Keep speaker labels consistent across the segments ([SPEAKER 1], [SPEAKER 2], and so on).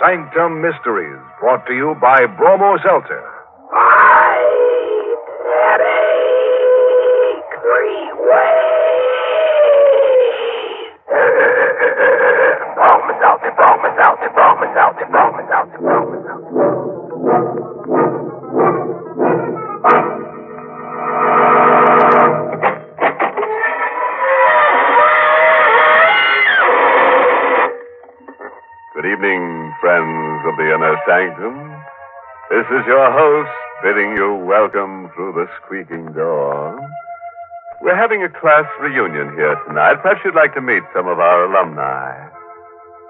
[SPEAKER 1] Sanctum Mysteries, brought to you by Bromo Seltzer.
[SPEAKER 2] Good evening, friends of the inner sanctum. This is your host bidding you welcome through the squeaking door. We're having a class reunion here tonight. Perhaps you'd like to meet some of our alumni.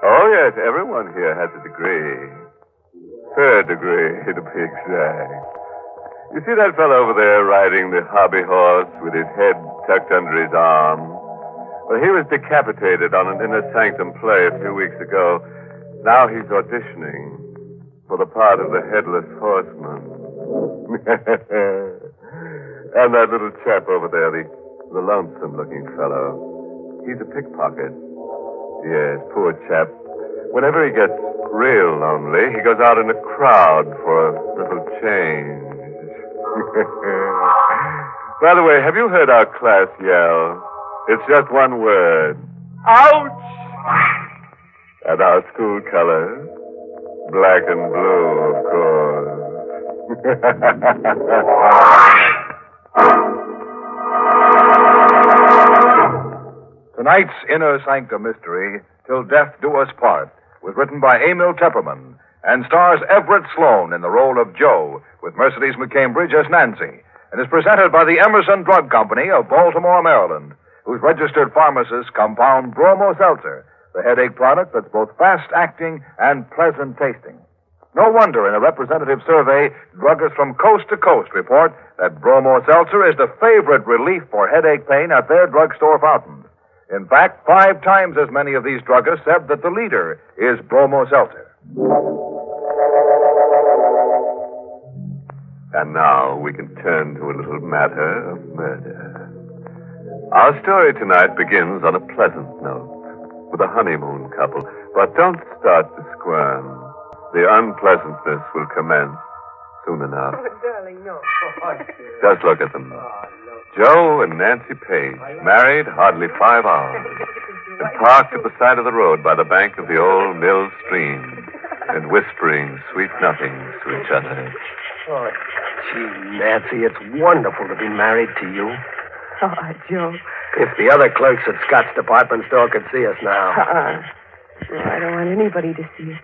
[SPEAKER 2] Oh, yes, everyone here has a degree. Third degree, to be exact. You see that fellow over there riding the hobby horse with his head tucked under his arm? Well, he was decapitated on an inner sanctum play a few weeks ago. Now he's auditioning for the part of the headless horseman. and that little chap over there, the, the lonesome looking fellow, he's a pickpocket. Yes, poor chap. Whenever he gets real lonely, he goes out in a crowd for a little change. By the way, have you heard our class yell? It's just one word. And our school colors, black and blue, of course.
[SPEAKER 1] Tonight's Inner Sanctum Mystery, Till Death Do Us Part, was written by Emil Tepperman and stars Everett Sloan in the role of Joe, with Mercedes McCambridge as Nancy, and is presented by the Emerson Drug Company of Baltimore, Maryland, whose registered pharmacists compound Bromo Seltzer, the headache product that's both fast-acting and pleasant tasting. No wonder in a representative survey, druggists from coast to coast report that Bromo Seltzer is the favorite relief for headache pain at their drugstore fountains. In fact, five times as many of these druggists said that the leader is Bromo Seltzer.
[SPEAKER 2] And now we can turn to a little matter of murder. Our story tonight begins on a pleasant note with a honeymoon couple. But don't start to squirm. The unpleasantness will commence soon enough. Oh,
[SPEAKER 3] Oh, darling, no. Oh,
[SPEAKER 2] Just look at them. Joe and Nancy Page, married hardly five hours, and parked at the side of the road by the bank of the old mill stream, and whispering sweet nothings to each other.
[SPEAKER 4] Oh, gee, Nancy, it's wonderful to be married to you.
[SPEAKER 3] Oh, Joe.
[SPEAKER 4] If the other clerks at Scott's department store could see us now.
[SPEAKER 3] Uh-uh. No, I don't want anybody to see it.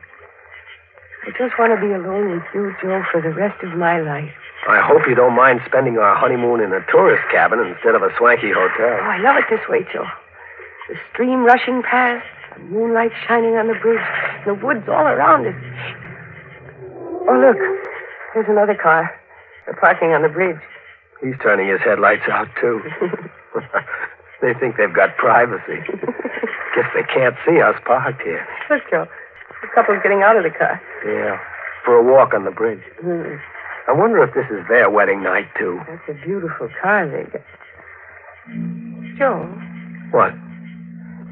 [SPEAKER 3] I just want to be alone with you, Joe, for the rest of my life.
[SPEAKER 4] I hope you don't mind spending our honeymoon in a tourist cabin instead of a swanky
[SPEAKER 3] Oh,
[SPEAKER 4] hotel.
[SPEAKER 3] I love it this way, Joe. The stream rushing past, the moonlight shining on the bridge, the woods all around us. Oh, look. There's another car. They're parking on the bridge.
[SPEAKER 4] He's turning his headlights out, too. they think they've got privacy. Guess they can't see us parked here.
[SPEAKER 3] Look, Joe. The couple's getting out of the car.
[SPEAKER 4] Yeah, for a walk on the bridge.
[SPEAKER 3] Hmm,
[SPEAKER 4] I wonder if this is their wedding night, too.
[SPEAKER 3] that's a beautiful car they got. Joe,
[SPEAKER 4] What?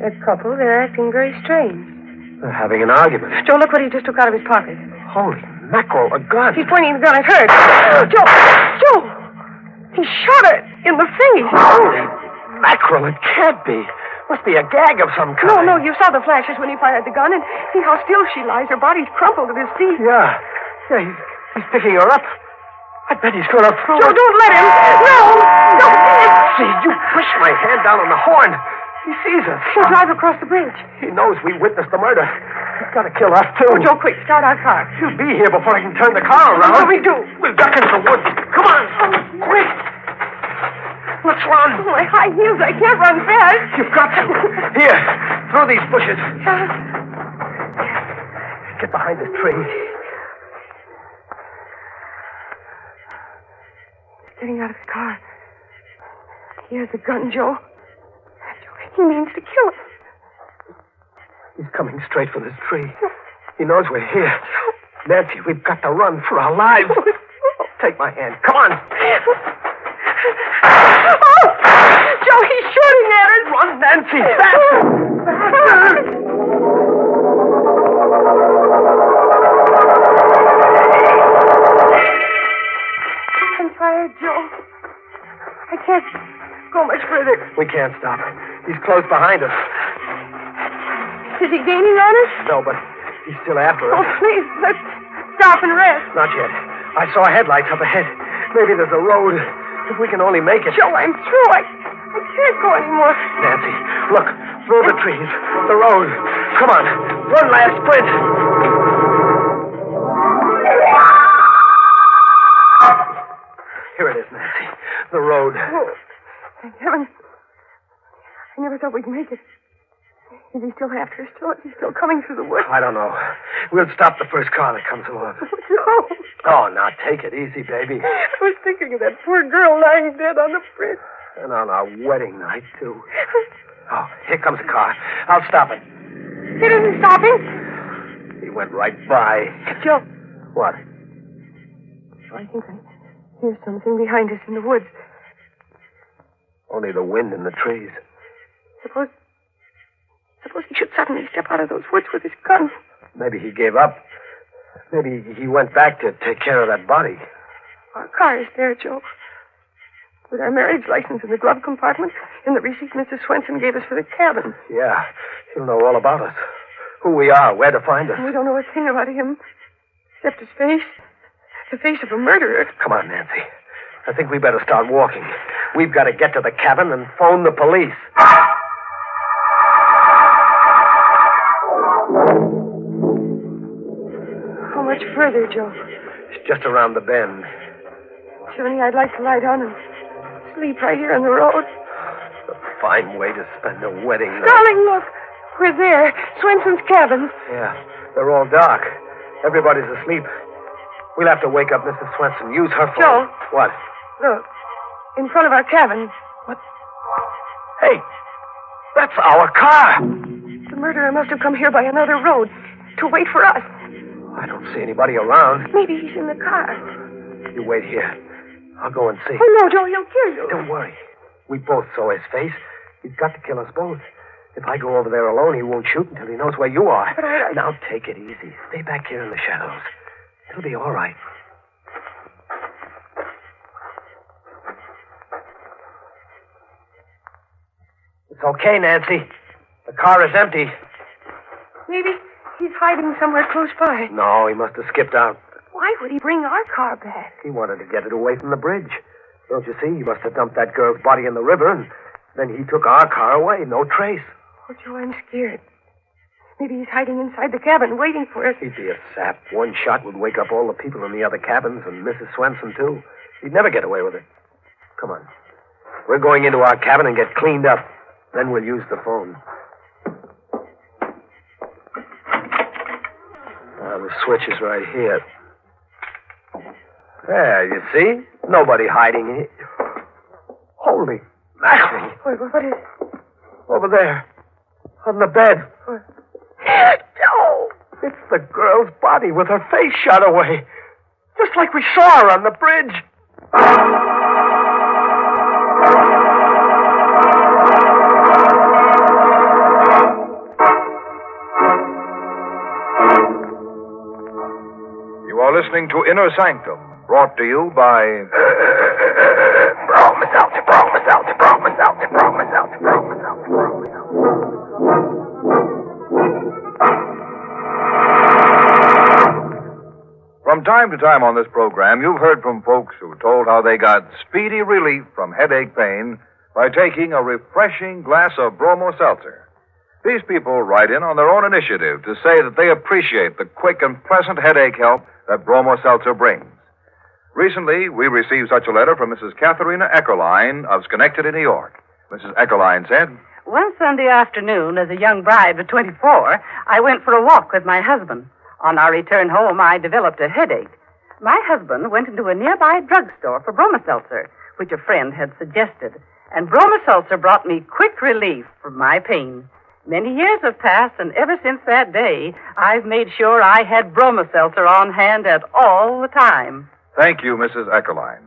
[SPEAKER 3] that couple, they're acting very strange.
[SPEAKER 4] They're having an argument.
[SPEAKER 3] Joe, look what he just took out of his pocket.
[SPEAKER 4] Holy mackerel, a gun.
[SPEAKER 3] He's pointing the gun at her. Joe! Joe! He shot her in the face.
[SPEAKER 4] Holy mackerel, it can't be. Must be a gag of some
[SPEAKER 3] No,
[SPEAKER 4] kind.
[SPEAKER 3] no, you saw the flashes when he fired the gun, and see how still she lies. Her body's crumpled at his feet.
[SPEAKER 4] Yeah. Yeah, he's, he's picking her up. I bet he's going to throw
[SPEAKER 3] Joe,
[SPEAKER 4] her.
[SPEAKER 3] don't let him. No! No!
[SPEAKER 4] See, you push my hand down on the horn. He sees us.
[SPEAKER 3] She'll drive across the bridge.
[SPEAKER 4] He knows we witnessed the murder. He's got to kill us, too.
[SPEAKER 3] Oh, Joe, quick, start our car.
[SPEAKER 4] He'll be here before I can turn the car around.
[SPEAKER 3] What do we do?
[SPEAKER 4] We'll duck into the woods. Come on. Quick. Let's
[SPEAKER 3] Oh,
[SPEAKER 4] run.
[SPEAKER 3] my high heels, I can't run fast.
[SPEAKER 4] You've got to. Here, through these bushes. Get behind this tree.
[SPEAKER 3] Getting out of the car. He has a gun, Joe. Joe, he means to kill us.
[SPEAKER 4] He's coming straight for this tree. He knows we're here. Nancy, we've got to run for our lives. Take my hand. Come on.
[SPEAKER 3] Oh! Joe, he's shooting at us.
[SPEAKER 4] Run, Nancy. Fast.
[SPEAKER 3] Joe, tired, Joe. I can't go much further.
[SPEAKER 4] We can't stop. He's close behind us.
[SPEAKER 3] Is he gaining on us?
[SPEAKER 4] No, but he's still after
[SPEAKER 3] Oh,
[SPEAKER 4] us.
[SPEAKER 3] please, let's stop and rest.
[SPEAKER 4] Not yet. I saw headlights up ahead. Maybe there's a road. If we can only make it.
[SPEAKER 3] Joe, I'm through. I, I can't go anymore.
[SPEAKER 4] Nancy, look. Through the trees. The road. Come on. One last sprint. Here it is, Nancy. The road.
[SPEAKER 3] Oh, thank heaven. I never thought we'd make it. Is he still after us, Joe? Is he still coming through the woods?
[SPEAKER 4] I don't know. We'll stop the first car that comes along.
[SPEAKER 3] Oh, Joe,
[SPEAKER 4] Oh, now take it easy, baby.
[SPEAKER 3] I was thinking of that poor girl lying dead on the bridge.
[SPEAKER 4] And on our wedding night, too. Oh, here comes a car. I'll stop it.
[SPEAKER 3] It isn't stopping.
[SPEAKER 4] He went right by.
[SPEAKER 3] Joe,
[SPEAKER 4] What?
[SPEAKER 3] I think I hear something behind us in the woods.
[SPEAKER 4] Only the wind in the trees.
[SPEAKER 3] Suppose. Suppose he should suddenly step out of those woods with his gun.
[SPEAKER 4] Maybe he gave up. Maybe he went back to take care of that body.
[SPEAKER 3] Our car is there, Joe. With our marriage license in the glove compartment and the receipt Mr. Swenson gave us for the cabin.
[SPEAKER 4] Yeah, he'll know all about us. Who we are, where to find
[SPEAKER 3] And
[SPEAKER 4] us.
[SPEAKER 3] we don't know a thing about him except his face. The face of a murderer.
[SPEAKER 4] Come on, Nancy. I think we better start walking. We've got to get to the cabin and phone the police.
[SPEAKER 3] How much further, Joe?
[SPEAKER 4] It's just around the bend.
[SPEAKER 3] Johnny, I'd like to lie down and sleep right here on the road.
[SPEAKER 4] A fine way to spend a wedding night.
[SPEAKER 3] Darling, look. We're there. Swenson's cabin.
[SPEAKER 4] Yeah, they're all dark. Everybody's asleep. We'll have to wake up Mrs. Swenson. Use her phone.
[SPEAKER 3] Joe.
[SPEAKER 4] What?
[SPEAKER 3] Look. In front of our cabin.
[SPEAKER 4] Hey, that's our car.
[SPEAKER 3] The murderer must have come here by another road to wait for us.
[SPEAKER 4] I don't see anybody around.
[SPEAKER 3] Maybe he's in the car.
[SPEAKER 4] You wait here. I'll go and see.
[SPEAKER 3] Oh, no, Joe, he'll kill you.
[SPEAKER 4] Don't worry. We both saw his face. He's got to kill us both. If I go over there alone, he won't shoot until he knows where you are.
[SPEAKER 3] But I- I-
[SPEAKER 4] Now take it easy. Stay back here in the shadows. It'll be all right. It's okay, Nancy. The car is empty.
[SPEAKER 3] Maybe he's hiding somewhere close by.
[SPEAKER 4] No, he must have skipped out.
[SPEAKER 3] Why would he bring our car back?
[SPEAKER 4] He wanted to get it away from the bridge. Don't you see? He must have dumped that girl's body in the river, and then he took our car away. No trace.
[SPEAKER 3] Oh, Joe, I'm scared. Maybe he's hiding inside the cabin, waiting for us.
[SPEAKER 4] He'd be a sap. One shot would wake up all the people in the other cabins and Mrs. Swenson, too. He'd never get away with it. Come on. We're going into our cabin and get cleaned up. Then we'll use the phone. Uh, the switch is right here. There, you see? Nobody hiding in it. Holy mackerel!
[SPEAKER 3] Wait, what is.
[SPEAKER 4] Over there. On the bed.
[SPEAKER 3] Joe!
[SPEAKER 4] It's the girl's body with her face shot away. Just like we saw her on the bridge.
[SPEAKER 1] You are listening to Inner Sanctum, brought to you by. From time to time on this program, you've heard from folks who told how they got speedy relief from headache pain by taking a refreshing glass of bromo seltzer. These people write in on their own initiative to say that they appreciate the quick and pleasant headache help that bromo seltzer brings. Recently, we received such a letter from Mrs. Katharina Eckerline of Schenectady, New York. Mrs. Eckerline said,
[SPEAKER 5] One Sunday afternoon, as a young bride of 24, I went for a walk with my husband. On our return home, I developed a headache. My husband went into a nearby drugstore for bromoseltzer, which a friend had suggested, and bromoseltzer brought me quick relief from my pain. Many years have passed, and ever since that day, I've made sure I had bromoseltzer on hand at all the time.
[SPEAKER 1] Thank you, Mrs. Eckerline.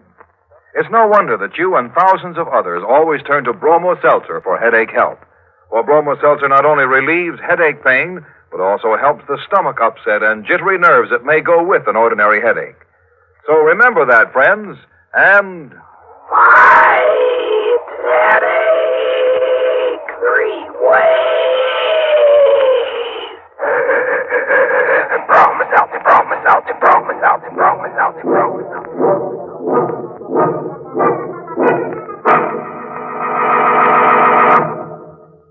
[SPEAKER 1] It's no wonder that you and thousands of others always turn to Bromo Seltzer for headache help. For Bromo Seltzer not only relieves headache pain, but also helps the stomach upset and jittery nerves that may go with an ordinary headache. So remember that, friends.
[SPEAKER 6] and
[SPEAKER 4] White Teddy Greenway. broke myself, they broke myself, they broke myself, they broke myself, they broke myself.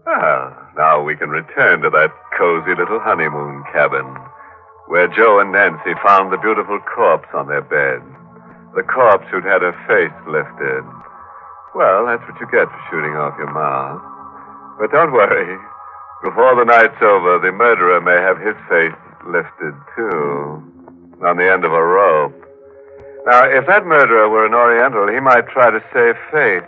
[SPEAKER 2] Ah, now we can return to that cozy little honeymoon cabin where Joe and Nancy found the beautiful corpse on their bed. The corpse who'd had her face lifted. Well, that's what you get for shooting off your mouth. But don't worry. Before the night's over, the murderer may have his face lifted, too, on the end of a rope. Now, if that murderer were an Oriental, he might try to save face.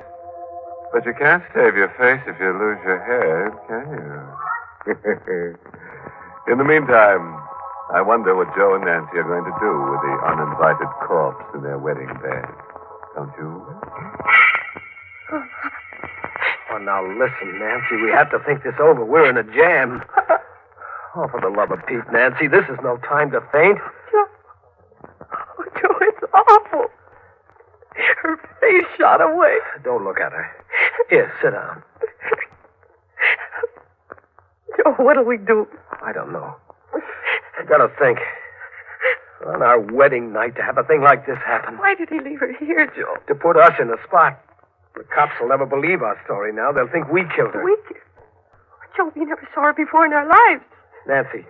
[SPEAKER 2] But you can't save your face if you lose your head, can you? In the meantime, I wonder what Joe and Nancy are going to do with the uninvited corpse in their wedding bed. Don't you?
[SPEAKER 1] Well, Oh, now listen, Nancy, we have to think this over. We're in a jam. Oh, for the love of Pete, Nancy, this is no time to faint.
[SPEAKER 3] Oh, Joe, it's awful. Her face shot away.
[SPEAKER 1] Don't look at her. Here, sit down.
[SPEAKER 3] Joe, what'll we do?
[SPEAKER 1] I don't know. I gotta think. On our wedding night, to have a thing like this happen,
[SPEAKER 3] Why did he leave her here, Joe?
[SPEAKER 1] to put us in the spot. The cops will never believe our story now. They'll think we killed her.
[SPEAKER 3] We, Joe, we never saw her before in our lives.
[SPEAKER 1] Nancy,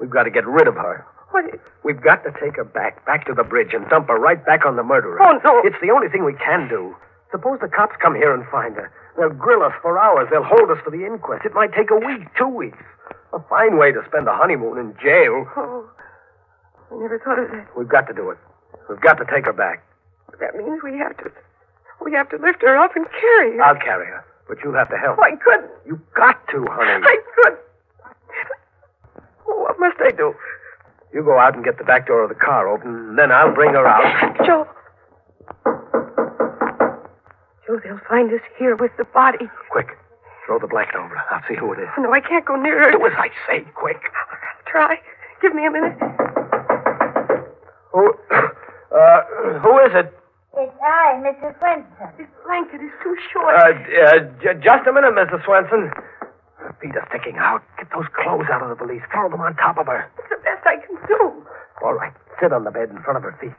[SPEAKER 1] we've got to get rid of her.
[SPEAKER 3] What?
[SPEAKER 1] We've got to take her back, back to the bridge, and dump her right back on the murderer.
[SPEAKER 3] Oh, no.
[SPEAKER 1] It's the only thing we can do. Suppose the cops come here and find her. They'll grill us for hours. They'll hold us for the inquest. It might take a week, two weeks. A fine way to spend a honeymoon in jail.
[SPEAKER 3] Oh, I never thought of that.
[SPEAKER 1] We've got to do it. We've got to take her back.
[SPEAKER 3] That means we have to, we have to lift her up and carry her.
[SPEAKER 1] I'll carry her, but you have to help.
[SPEAKER 3] I couldn't.
[SPEAKER 1] You got to, honey.
[SPEAKER 3] I couldn't. Oh, what must I do?
[SPEAKER 1] You go out and get the back door of the car open, then I'll bring her out.
[SPEAKER 3] Joe. Joe, they'll find us here with the body. Oh,
[SPEAKER 1] Quick, throw the blanket over her. I'll see who it is.
[SPEAKER 3] No, I can't go near her.
[SPEAKER 1] Do as I say, quick.
[SPEAKER 3] I'll try. Give me a minute.
[SPEAKER 1] Who, uh, who is it?
[SPEAKER 7] It's I, Mr. Swinson.
[SPEAKER 3] This blanket is too
[SPEAKER 1] Uh,
[SPEAKER 3] short.
[SPEAKER 1] uh, j- just a minute, Mr. Swenson. Her feet are sticking out. Get those clothes out of the police. Throw them on top of her.
[SPEAKER 3] it's the best I can do. Oh,
[SPEAKER 1] All right, sit on the bed in front of her feet.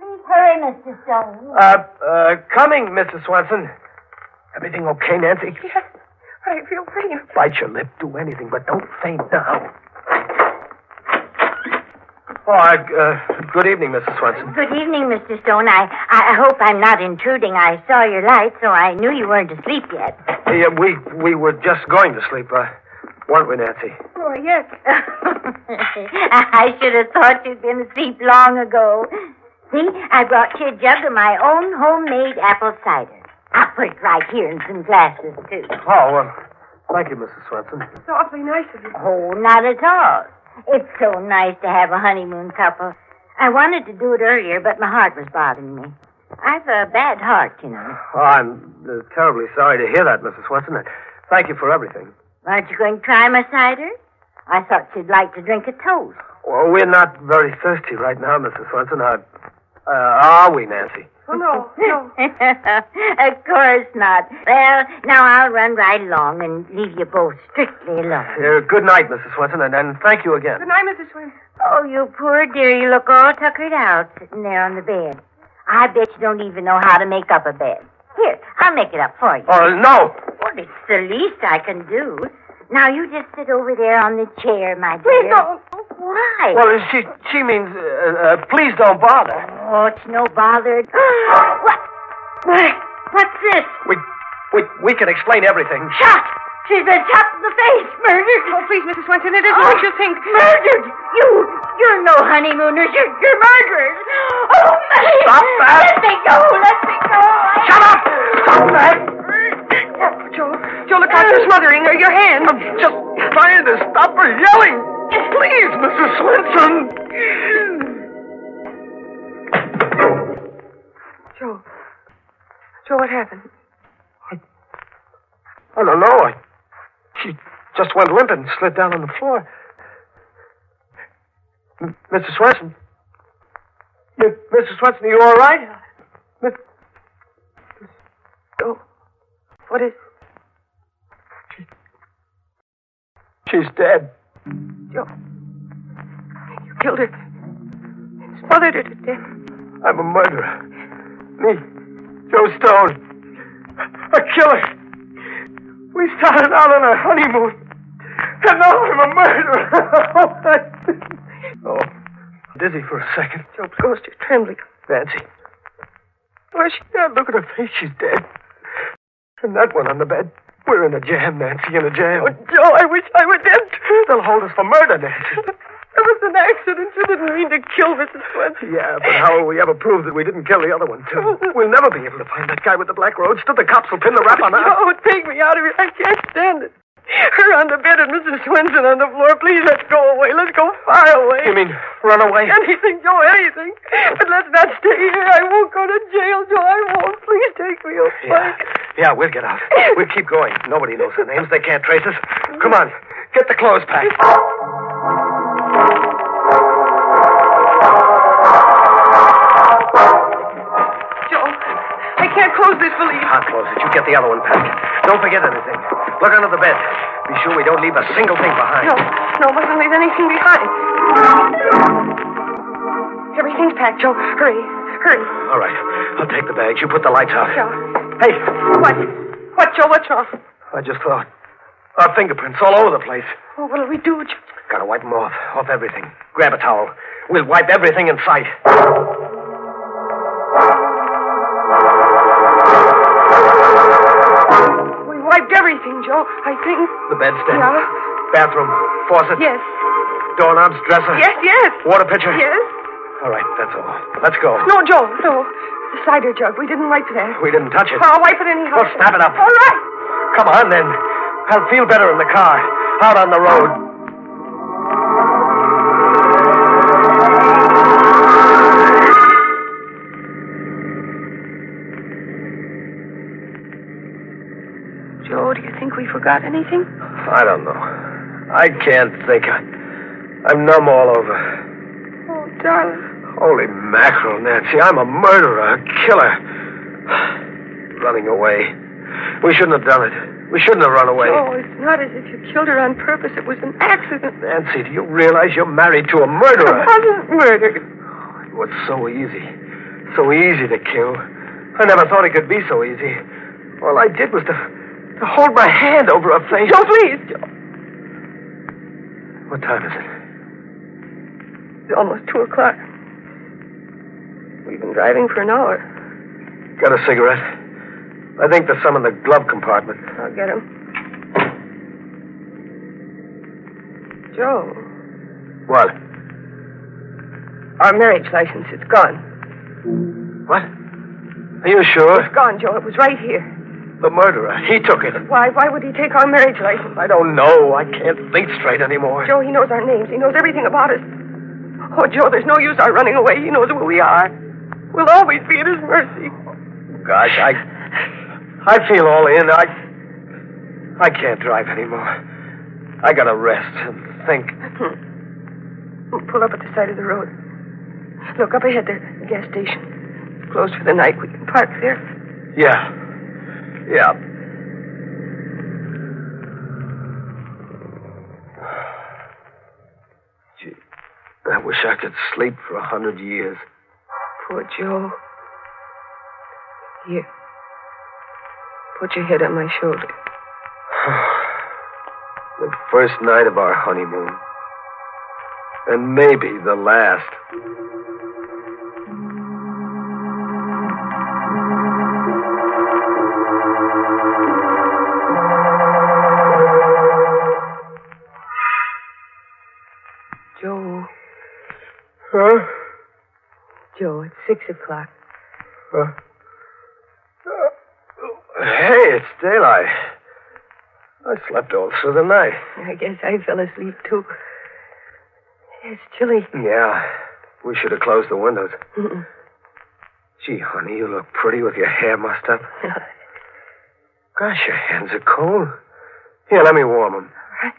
[SPEAKER 7] Please hurry, Mr. Stone.
[SPEAKER 1] Uh, uh, coming, Mr. Swenson. Everything okay, Nancy?
[SPEAKER 3] Yes, but I feel faint.
[SPEAKER 1] Bite your lip, do anything, but don't faint now. Oh, I, uh, good evening, Mrs. Swenson.
[SPEAKER 7] Good evening, Mr. Stone. I, I I hope I'm not intruding. I saw your light, so I knew you weren't asleep yet.
[SPEAKER 1] Hey, uh, we we were just going to sleep, uh, weren't we, Nancy?
[SPEAKER 3] Oh, yes.
[SPEAKER 7] I should have thought you'd been asleep long ago. See, I brought you a jug of my own homemade apple cider. I'll put it right here in some glasses, too.
[SPEAKER 1] Oh, well, thank you, Mrs. Swenson.
[SPEAKER 3] It's awfully nice of you.
[SPEAKER 7] Oh, not at all. It's so nice to have a honeymoon couple. I wanted to do it earlier, but my heart was bothering me. I've a bad heart, you know.
[SPEAKER 1] Oh, I'm uh, terribly sorry to hear that, Mrs. Swenson. Uh, Thank you for everything.
[SPEAKER 7] Aren't you going to try my cider? I thought you'd like to drink a toast.
[SPEAKER 1] Well, we're not very thirsty right now, Mrs. Swenson. Are, uh, are we, Nancy?
[SPEAKER 3] Oh, no, no.
[SPEAKER 7] of course not. Well, now I'll run right along and leave you both strictly alone.
[SPEAKER 1] Uh, good night, Mrs. Swenson, and, and thank you again.
[SPEAKER 3] Good night, Mrs. Swim.
[SPEAKER 7] Oh, you poor dear, you look all tuckered out sitting there on the bed. I bet you don't even know how to make up a bed. Here, I'll make it up for you.
[SPEAKER 1] Oh, no!
[SPEAKER 7] Well, it's the least I can do. Now you just sit over there on the chair, my dear.
[SPEAKER 3] Please don't.
[SPEAKER 7] Oh, Why?
[SPEAKER 1] Well, she, she means, uh, uh, please don't bother.
[SPEAKER 7] oh, it's no bother. what? What? What's this?
[SPEAKER 1] We, we, we can explain everything.
[SPEAKER 7] Shot! She's been shot in the face, murdered.
[SPEAKER 3] Oh, please, Mrs. Swenson, it isn't
[SPEAKER 7] Oh,
[SPEAKER 3] what you think.
[SPEAKER 7] Murdered! You, you're no honeymooners. You're, you're murderers. Oh, May!
[SPEAKER 1] Stop that.
[SPEAKER 7] Let me go! Let me go!
[SPEAKER 1] Shut up! Stop that!
[SPEAKER 3] Joe, Joe, look out. You're smothering her. Your hand.
[SPEAKER 1] I'm just trying to stop her yelling. Please, Mrs. Swenson.
[SPEAKER 3] Joe. Joe, what happened?
[SPEAKER 1] I don't know. I, she just went limp and slid down on the floor. M- Mrs. Swenson. You, Mrs. Swenson, are you all right?
[SPEAKER 3] Miss. Miss- Oh. What is.
[SPEAKER 1] She's dead.
[SPEAKER 3] Joe. You killed her. and Smothered her to death.
[SPEAKER 1] I'm a murderer. Me, Joe Stone, a killer. We started out on our honeymoon, and now I'm a murderer. oh, dizzy for a second.
[SPEAKER 3] Joe's ghost is trembling.
[SPEAKER 1] Nancy. Why, she dead. Look at her face. She's dead. And that one on the bed. We're in a jam, Nancy, in a jam.
[SPEAKER 3] Oh, Joe, I wish I were dead.
[SPEAKER 1] They'll hold us for murder, Nancy.
[SPEAKER 3] It was an accident. You didn't mean to kill Mrs. Swenson.
[SPEAKER 1] Yeah, but how will we ever prove that we didn't kill the other one, too? We'll never be able to find that guy with the black roadster. The cops will pin the rap on us.
[SPEAKER 3] Joe, Oh, take me out of here. I can't stand it. Her on the bed and Mrs. Swenson on the floor. Please, let's go away. Let's go far away.
[SPEAKER 1] You mean run away?
[SPEAKER 3] Anything, Joe, anything. But let's not stay here. I won't go to jail, Joe. I won't. Please take me away.
[SPEAKER 1] Yeah. yeah, we'll get out. We'll keep going. Nobody knows our names. They can't trace us. Come on, get the clothes packed.
[SPEAKER 3] Joe, I can't close this valise.
[SPEAKER 1] I'll close it. You get the other one packed. Don't forget anything. Look under the bed. Be sure we don't leave a single thing behind.
[SPEAKER 3] No, no, mustn't leave anything behind. Everything's packed, Joe. Hurry, hurry.
[SPEAKER 1] All right, I'll take the bags. You put the lights out.
[SPEAKER 3] Joe.
[SPEAKER 1] Hey,
[SPEAKER 3] What? What, Joe? What's wrong?
[SPEAKER 1] I just thought. Our fingerprints all over the place.
[SPEAKER 3] Oh, what'll we do, Joe?
[SPEAKER 1] Gotta wipe them off. Off everything. Grab a towel. We'll wipe everything in sight.
[SPEAKER 3] We wiped everything, Joe. I think.
[SPEAKER 1] The bedstead.
[SPEAKER 3] Yeah.
[SPEAKER 1] Bathroom. Faucet.
[SPEAKER 3] Yes.
[SPEAKER 1] Doorknobs. Dresser.
[SPEAKER 3] Yes, yes.
[SPEAKER 1] Water pitcher.
[SPEAKER 3] Yes.
[SPEAKER 1] All right, that's all. Let's go.
[SPEAKER 3] No, Joe, no. The cider jug. We didn't wipe that.
[SPEAKER 1] We didn't touch it.
[SPEAKER 3] I'll wipe it anyhow.
[SPEAKER 1] Well, snap it up.
[SPEAKER 3] All right.
[SPEAKER 1] Come on, then. I'll feel better in the car. Out on the road.
[SPEAKER 3] Joe, do you think we forgot anything?
[SPEAKER 1] I don't know. I can't think. I, I'm numb all over.
[SPEAKER 3] Oh, darling.
[SPEAKER 1] Holy mackerel, Nancy. I'm a murderer, a killer. Running away. We shouldn't have done it. We shouldn't have run away.
[SPEAKER 3] Joe, it's not as if you killed her on purpose. It was an accident.
[SPEAKER 1] Nancy, do you realize you're married to a murderer?
[SPEAKER 3] It wasn't murder.
[SPEAKER 1] It was so easy. So easy to kill. I never thought it could be so easy. All I did was to, to hold my hand over her face.
[SPEAKER 3] Joe, please, Joe.
[SPEAKER 1] What time is it?
[SPEAKER 3] It's almost two o'clock. We've been driving for an hour.
[SPEAKER 1] Got a cigarette? I think there's some in the glove compartment.
[SPEAKER 3] I'll get him. Joe,
[SPEAKER 1] What?
[SPEAKER 3] our marriage license, it's gone.
[SPEAKER 1] What? Are you sure?
[SPEAKER 3] It's gone, Joe. It was right here.
[SPEAKER 1] The murderer. He took it.
[SPEAKER 3] Why? Why would he take our marriage license?
[SPEAKER 1] I don't know. I can't think straight anymore.
[SPEAKER 3] Joe, he knows our names. He knows everything about us. Oh, Joe, there's no use our running away. He knows who we are. We'll always be at his mercy.
[SPEAKER 1] Gosh, I. I feel all in. I. I can't drive anymore. I gotta rest and think.
[SPEAKER 3] We'll Hmm. pull up at the side of the road. Look, up ahead there, the gas station. It's closed for the night. We can park there.
[SPEAKER 1] Yeah. Yeah. Gee, I wish I could sleep for a hundred years.
[SPEAKER 3] Poor Joe. Here. Put your head on my shoulder.
[SPEAKER 1] the first night of our honeymoon. And maybe the last.
[SPEAKER 3] Joe.
[SPEAKER 1] Huh?
[SPEAKER 3] Joe, it's six o'clock.
[SPEAKER 1] Hey, it's daylight. I slept all through the night.
[SPEAKER 3] I guess I fell asleep, too. It's chilly.
[SPEAKER 1] Yeah, we should have closed the windows.
[SPEAKER 3] Mm-mm.
[SPEAKER 1] Gee, honey, you look pretty with your hair mussed up.
[SPEAKER 3] All
[SPEAKER 1] Gosh, your hands are cold. Here, let me warm them.
[SPEAKER 3] right.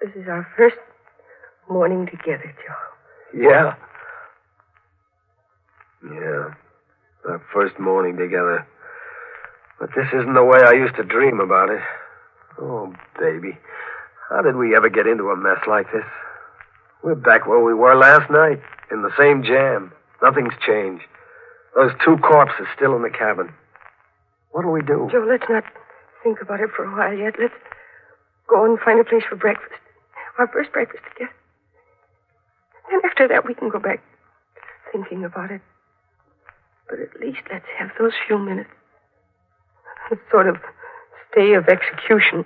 [SPEAKER 3] This is our first morning together, Joe.
[SPEAKER 1] Yeah. Yeah. Our first morning together. But this isn't the way I used to dream about it. Oh, baby. How did we ever get into a mess like this? We're back where we were last night, in the same jam. Nothing's changed. Those two corpses still in the cabin. What'll we do?
[SPEAKER 3] Joe, let's not think about it for a while yet. Let's go and find a place for breakfast. Our first breakfast together. And after that, we can go back thinking about it. But at least let's have those few minutes. A sort of stay of execution.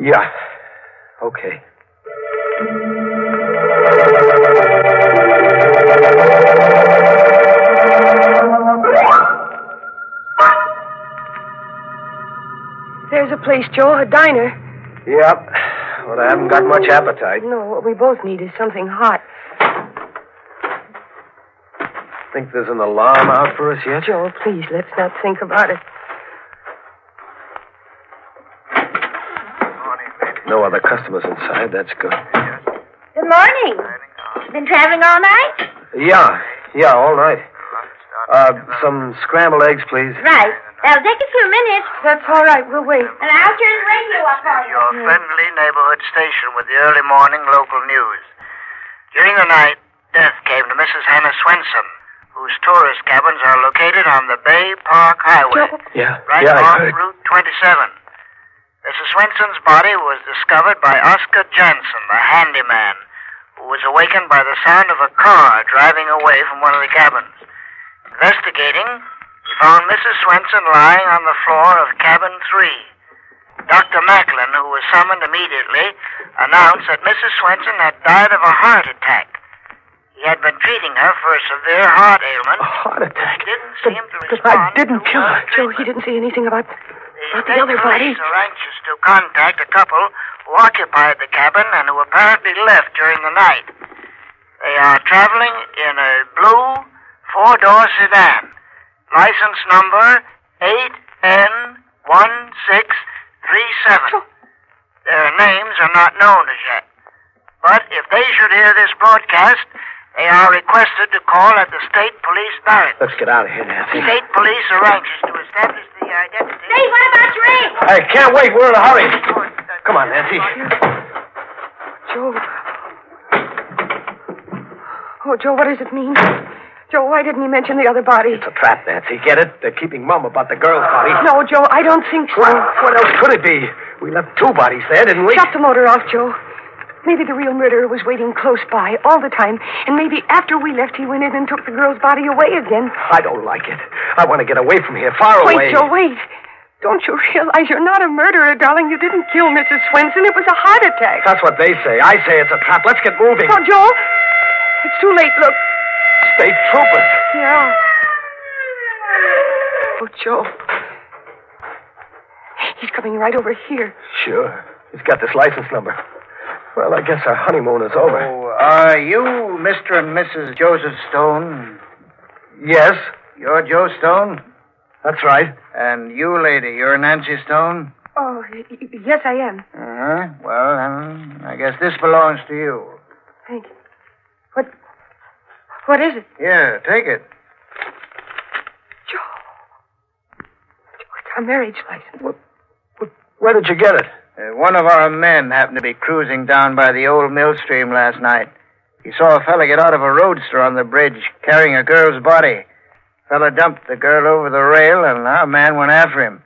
[SPEAKER 1] Yeah. Okay.
[SPEAKER 3] There's a place, Joe, a diner.
[SPEAKER 1] Yep. But I haven't got much appetite.
[SPEAKER 3] No, what we both need is something hot.
[SPEAKER 1] Think there's an alarm out for us yet?
[SPEAKER 3] Joe, please, let's not think about it.
[SPEAKER 1] No other customers inside. That's good.
[SPEAKER 7] Good morning. Been traveling all night?
[SPEAKER 1] Yeah. Yeah, all right. Uh, some scrambled eggs, please.
[SPEAKER 7] Right. That'll take a few minutes,
[SPEAKER 3] That's all right, we'll wait.
[SPEAKER 7] and I'll turn the radio up for you.
[SPEAKER 8] Your friendly neighborhood station with the early morning local news. During the night, death came to Mrs. Hannah Swenson, whose tourist cabins are located on the Bay Park Highway,
[SPEAKER 1] Yeah.
[SPEAKER 8] right
[SPEAKER 1] yeah, I
[SPEAKER 8] off
[SPEAKER 1] heard.
[SPEAKER 8] Route 27. Mrs. Swenson's body was discovered by Oscar Johnson, the handyman, who was awakened by the sound of a car driving away from one of the cabins. Investigating, he found Mrs. Swenson lying on the floor of cabin three. Dr. Macklin, who was summoned immediately, announced that Mrs. Swenson had died of a heart attack. He had been treating her for a severe heart ailment.
[SPEAKER 1] A heart attack.
[SPEAKER 8] He didn't
[SPEAKER 3] But-
[SPEAKER 8] seem to
[SPEAKER 3] but
[SPEAKER 8] respond.
[SPEAKER 1] I didn't
[SPEAKER 8] to
[SPEAKER 1] kill her.
[SPEAKER 8] her
[SPEAKER 3] Joe,
[SPEAKER 8] treatment.
[SPEAKER 3] he didn't say anything about, about the
[SPEAKER 8] state
[SPEAKER 3] other body.
[SPEAKER 8] police are anxious to contact a couple who occupied the cabin and who apparently left during the night. They are traveling in a blue four-door sedan, license number 8N1637. Their names are not known as yet. But if they should hear this broadcast, they are requested to call at the state police barracks.
[SPEAKER 1] Let's get out of here, Nancy.
[SPEAKER 8] State police are anxious to establish the identity.
[SPEAKER 7] Say, what about your eggs?
[SPEAKER 1] I can't wait. We're in a hurry. Come on, Nancy.
[SPEAKER 3] Joe. Oh, Joe, what does it mean? Joe, why didn't he mention the other body?
[SPEAKER 1] It's a trap, Nancy. Get it? They're keeping mum about the girl's body.
[SPEAKER 3] No, Joe, I don't think so.
[SPEAKER 1] What, what else could it be? We left two bodies there, didn't we?
[SPEAKER 3] Shut the motor off, Joe. Maybe the real murderer was waiting close by all the time, and maybe after we left, he went in and took the girl's body away again.
[SPEAKER 1] I don't like it. I want to get away from here, far
[SPEAKER 3] wait,
[SPEAKER 1] away.
[SPEAKER 3] Joe, wait. Don't you realize you're not a murderer, darling? You didn't kill Mrs. Swenson. It was a heart attack.
[SPEAKER 1] That's what they say. I say it's a trap. Let's get moving.
[SPEAKER 3] Oh, Joe, it's too late. Look,
[SPEAKER 1] State troopers.
[SPEAKER 3] yeah. Oh, Joe. He's coming right over here.
[SPEAKER 1] Sure. He's got this license number. Well, I guess our honeymoon is over.
[SPEAKER 8] Oh, are you Mr. and Mrs. Joseph Stone?
[SPEAKER 1] Yes,
[SPEAKER 8] You're Joe Stone?
[SPEAKER 1] that's right.
[SPEAKER 8] And you, lady, you're Nancy Stone?
[SPEAKER 3] Oh, y- y- yes, I am.
[SPEAKER 8] Uh huh. Well, then, I guess this belongs to you.
[SPEAKER 3] Thank you. What? What is it,
[SPEAKER 8] Here, take it.
[SPEAKER 3] Joe? Joe, it's our marriage license.
[SPEAKER 1] Where did you get it?
[SPEAKER 8] Uh, one of our men happened to be cruising down by the old mill stream last night. He saw a fella get out of a roadster on the bridge carrying a girl's body. Fella dumped the girl over the rail, and our man went after him.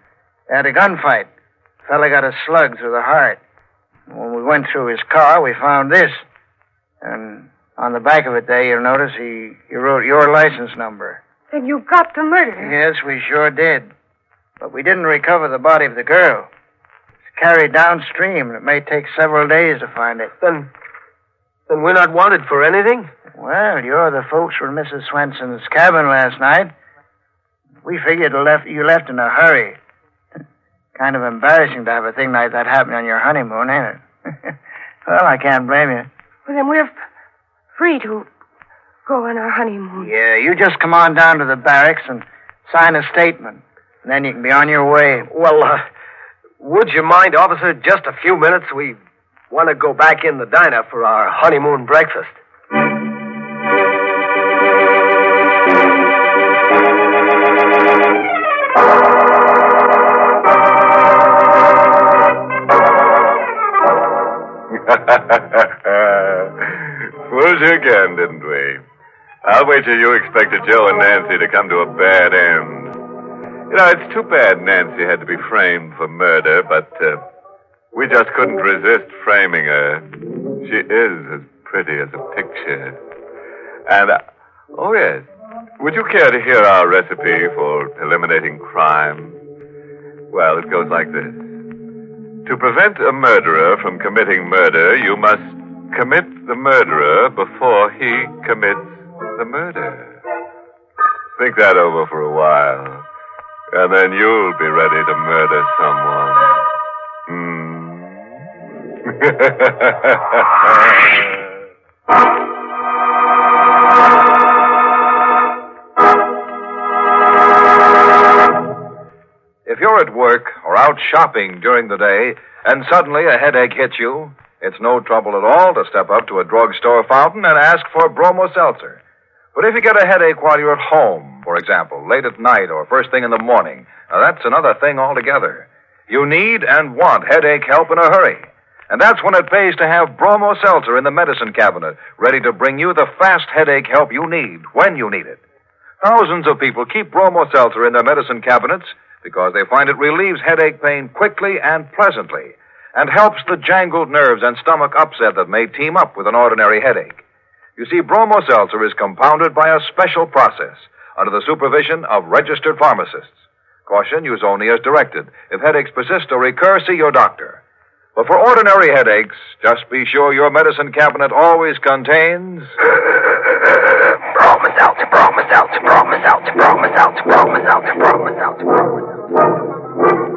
[SPEAKER 8] They had a gunfight. Fella got a slug through the heart. When we went through his car, we found this. And on the back of it there, you'll notice he, he wrote your license number.
[SPEAKER 3] Then you got the murderer.
[SPEAKER 8] Yes, we sure did. But we didn't recover the body of the girl. It's carried downstream, and it may take several days to find it.
[SPEAKER 1] Then, then we're not wanted for anything.
[SPEAKER 8] Well, you're the folks from Mrs. Swenson's cabin last night. We figured you left, you left in a hurry. Kind of embarrassing to have a thing like that happen on your honeymoon, ain't it? well, I can't blame you.
[SPEAKER 3] Well, then we're free to go on our honeymoon.
[SPEAKER 8] Yeah, you just come on down to the barracks and sign a statement, and then you can be on your way.
[SPEAKER 1] Well, uh, would you mind, officer, just a few minutes? We want to go back in the diner for our honeymoon breakfast.
[SPEAKER 2] wager you expected Joe and Nancy to come to a bad end. You know, it's too bad Nancy had to be framed for murder, but uh, we just couldn't resist framing her. She is as pretty as a picture. And, uh, oh, yes. Would you care to hear our recipe for eliminating crime? Well, it goes like this To prevent a murderer from committing murder, you must commit the murderer before he commits the murder. Think that over for a while, and then you'll be ready to murder someone. Hmm.
[SPEAKER 1] If you're at work or out shopping during the day and suddenly a headache hits you, it's no trouble at all to step up to a drugstore fountain and ask for bromo seltzer. But if you get a headache while you're at home, for example, late at night or first thing in the morning, now that's another thing altogether. You need and want headache help in a hurry. And that's when it pays to have bromo seltzer in the medicine cabinet, ready to bring you the fast headache help you need when you need it. Thousands of people keep bromo seltzer in their medicine cabinets because they find it relieves headache pain quickly and pleasantly and helps the jangled nerves and stomach upset that may team up with an ordinary headache. You see, bromo seltzer is compounded by a special process under the supervision of registered pharmacists. Caution, use only as directed. If headaches persist or recur, see your doctor. But for ordinary headaches, just be sure your medicine cabinet always contains.
[SPEAKER 9] Bromas out, bromas out, bromas out, bromas out, bromas out, bromas out, bromas out.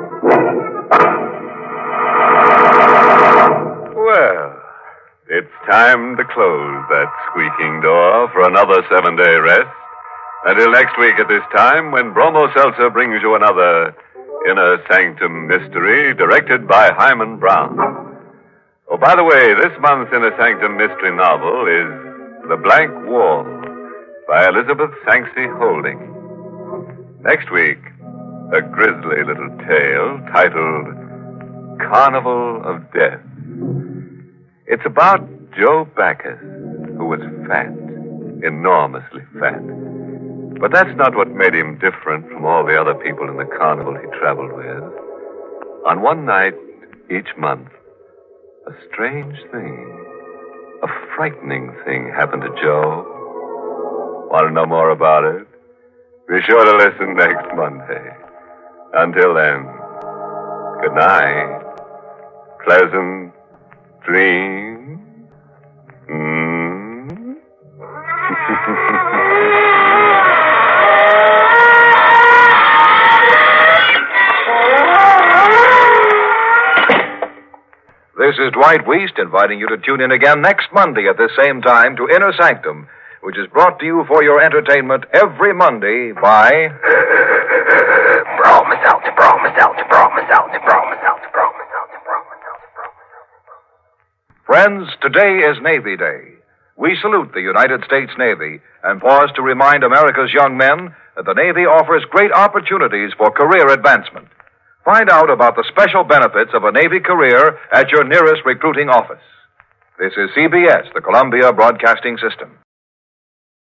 [SPEAKER 2] Well, it's time to close that squeaking door for another seven day rest. Until next week at this time, when Bromo Seltzer brings you another Inner Sanctum Mystery, directed by Hyman Brown. Oh, by the way, this month's Inner Sanctum Mystery novel is The Blank Wall by Elizabeth Sanksey Holding. Next week, a grisly little tale titled Carnival of Death. It's about Joe Backus, who was fat, enormously fat. But that's not what made him different from all the other people in the carnival he traveled with. On one night each month, a strange thing, a frightening thing happened to Joe. Want to know more about it? Be sure to listen next Monday. Until then, good night. Pleasant dreams. Mm.
[SPEAKER 1] This is Dwight Weist inviting you to tune in again next Monday at this same time to Inner Sanctum, which is brought to you for your entertainment every Monday by.
[SPEAKER 9] Bromas out, bromas out, bromas out, bromas out, bromas out, bromas out.
[SPEAKER 1] Friends, today is Navy Day. We salute the United States Navy and pause to remind America's young men that the Navy offers great opportunities for career advancement. Find out about the special benefits of a Navy career at your nearest recruiting office. This is CBS, the Columbia Broadcasting System.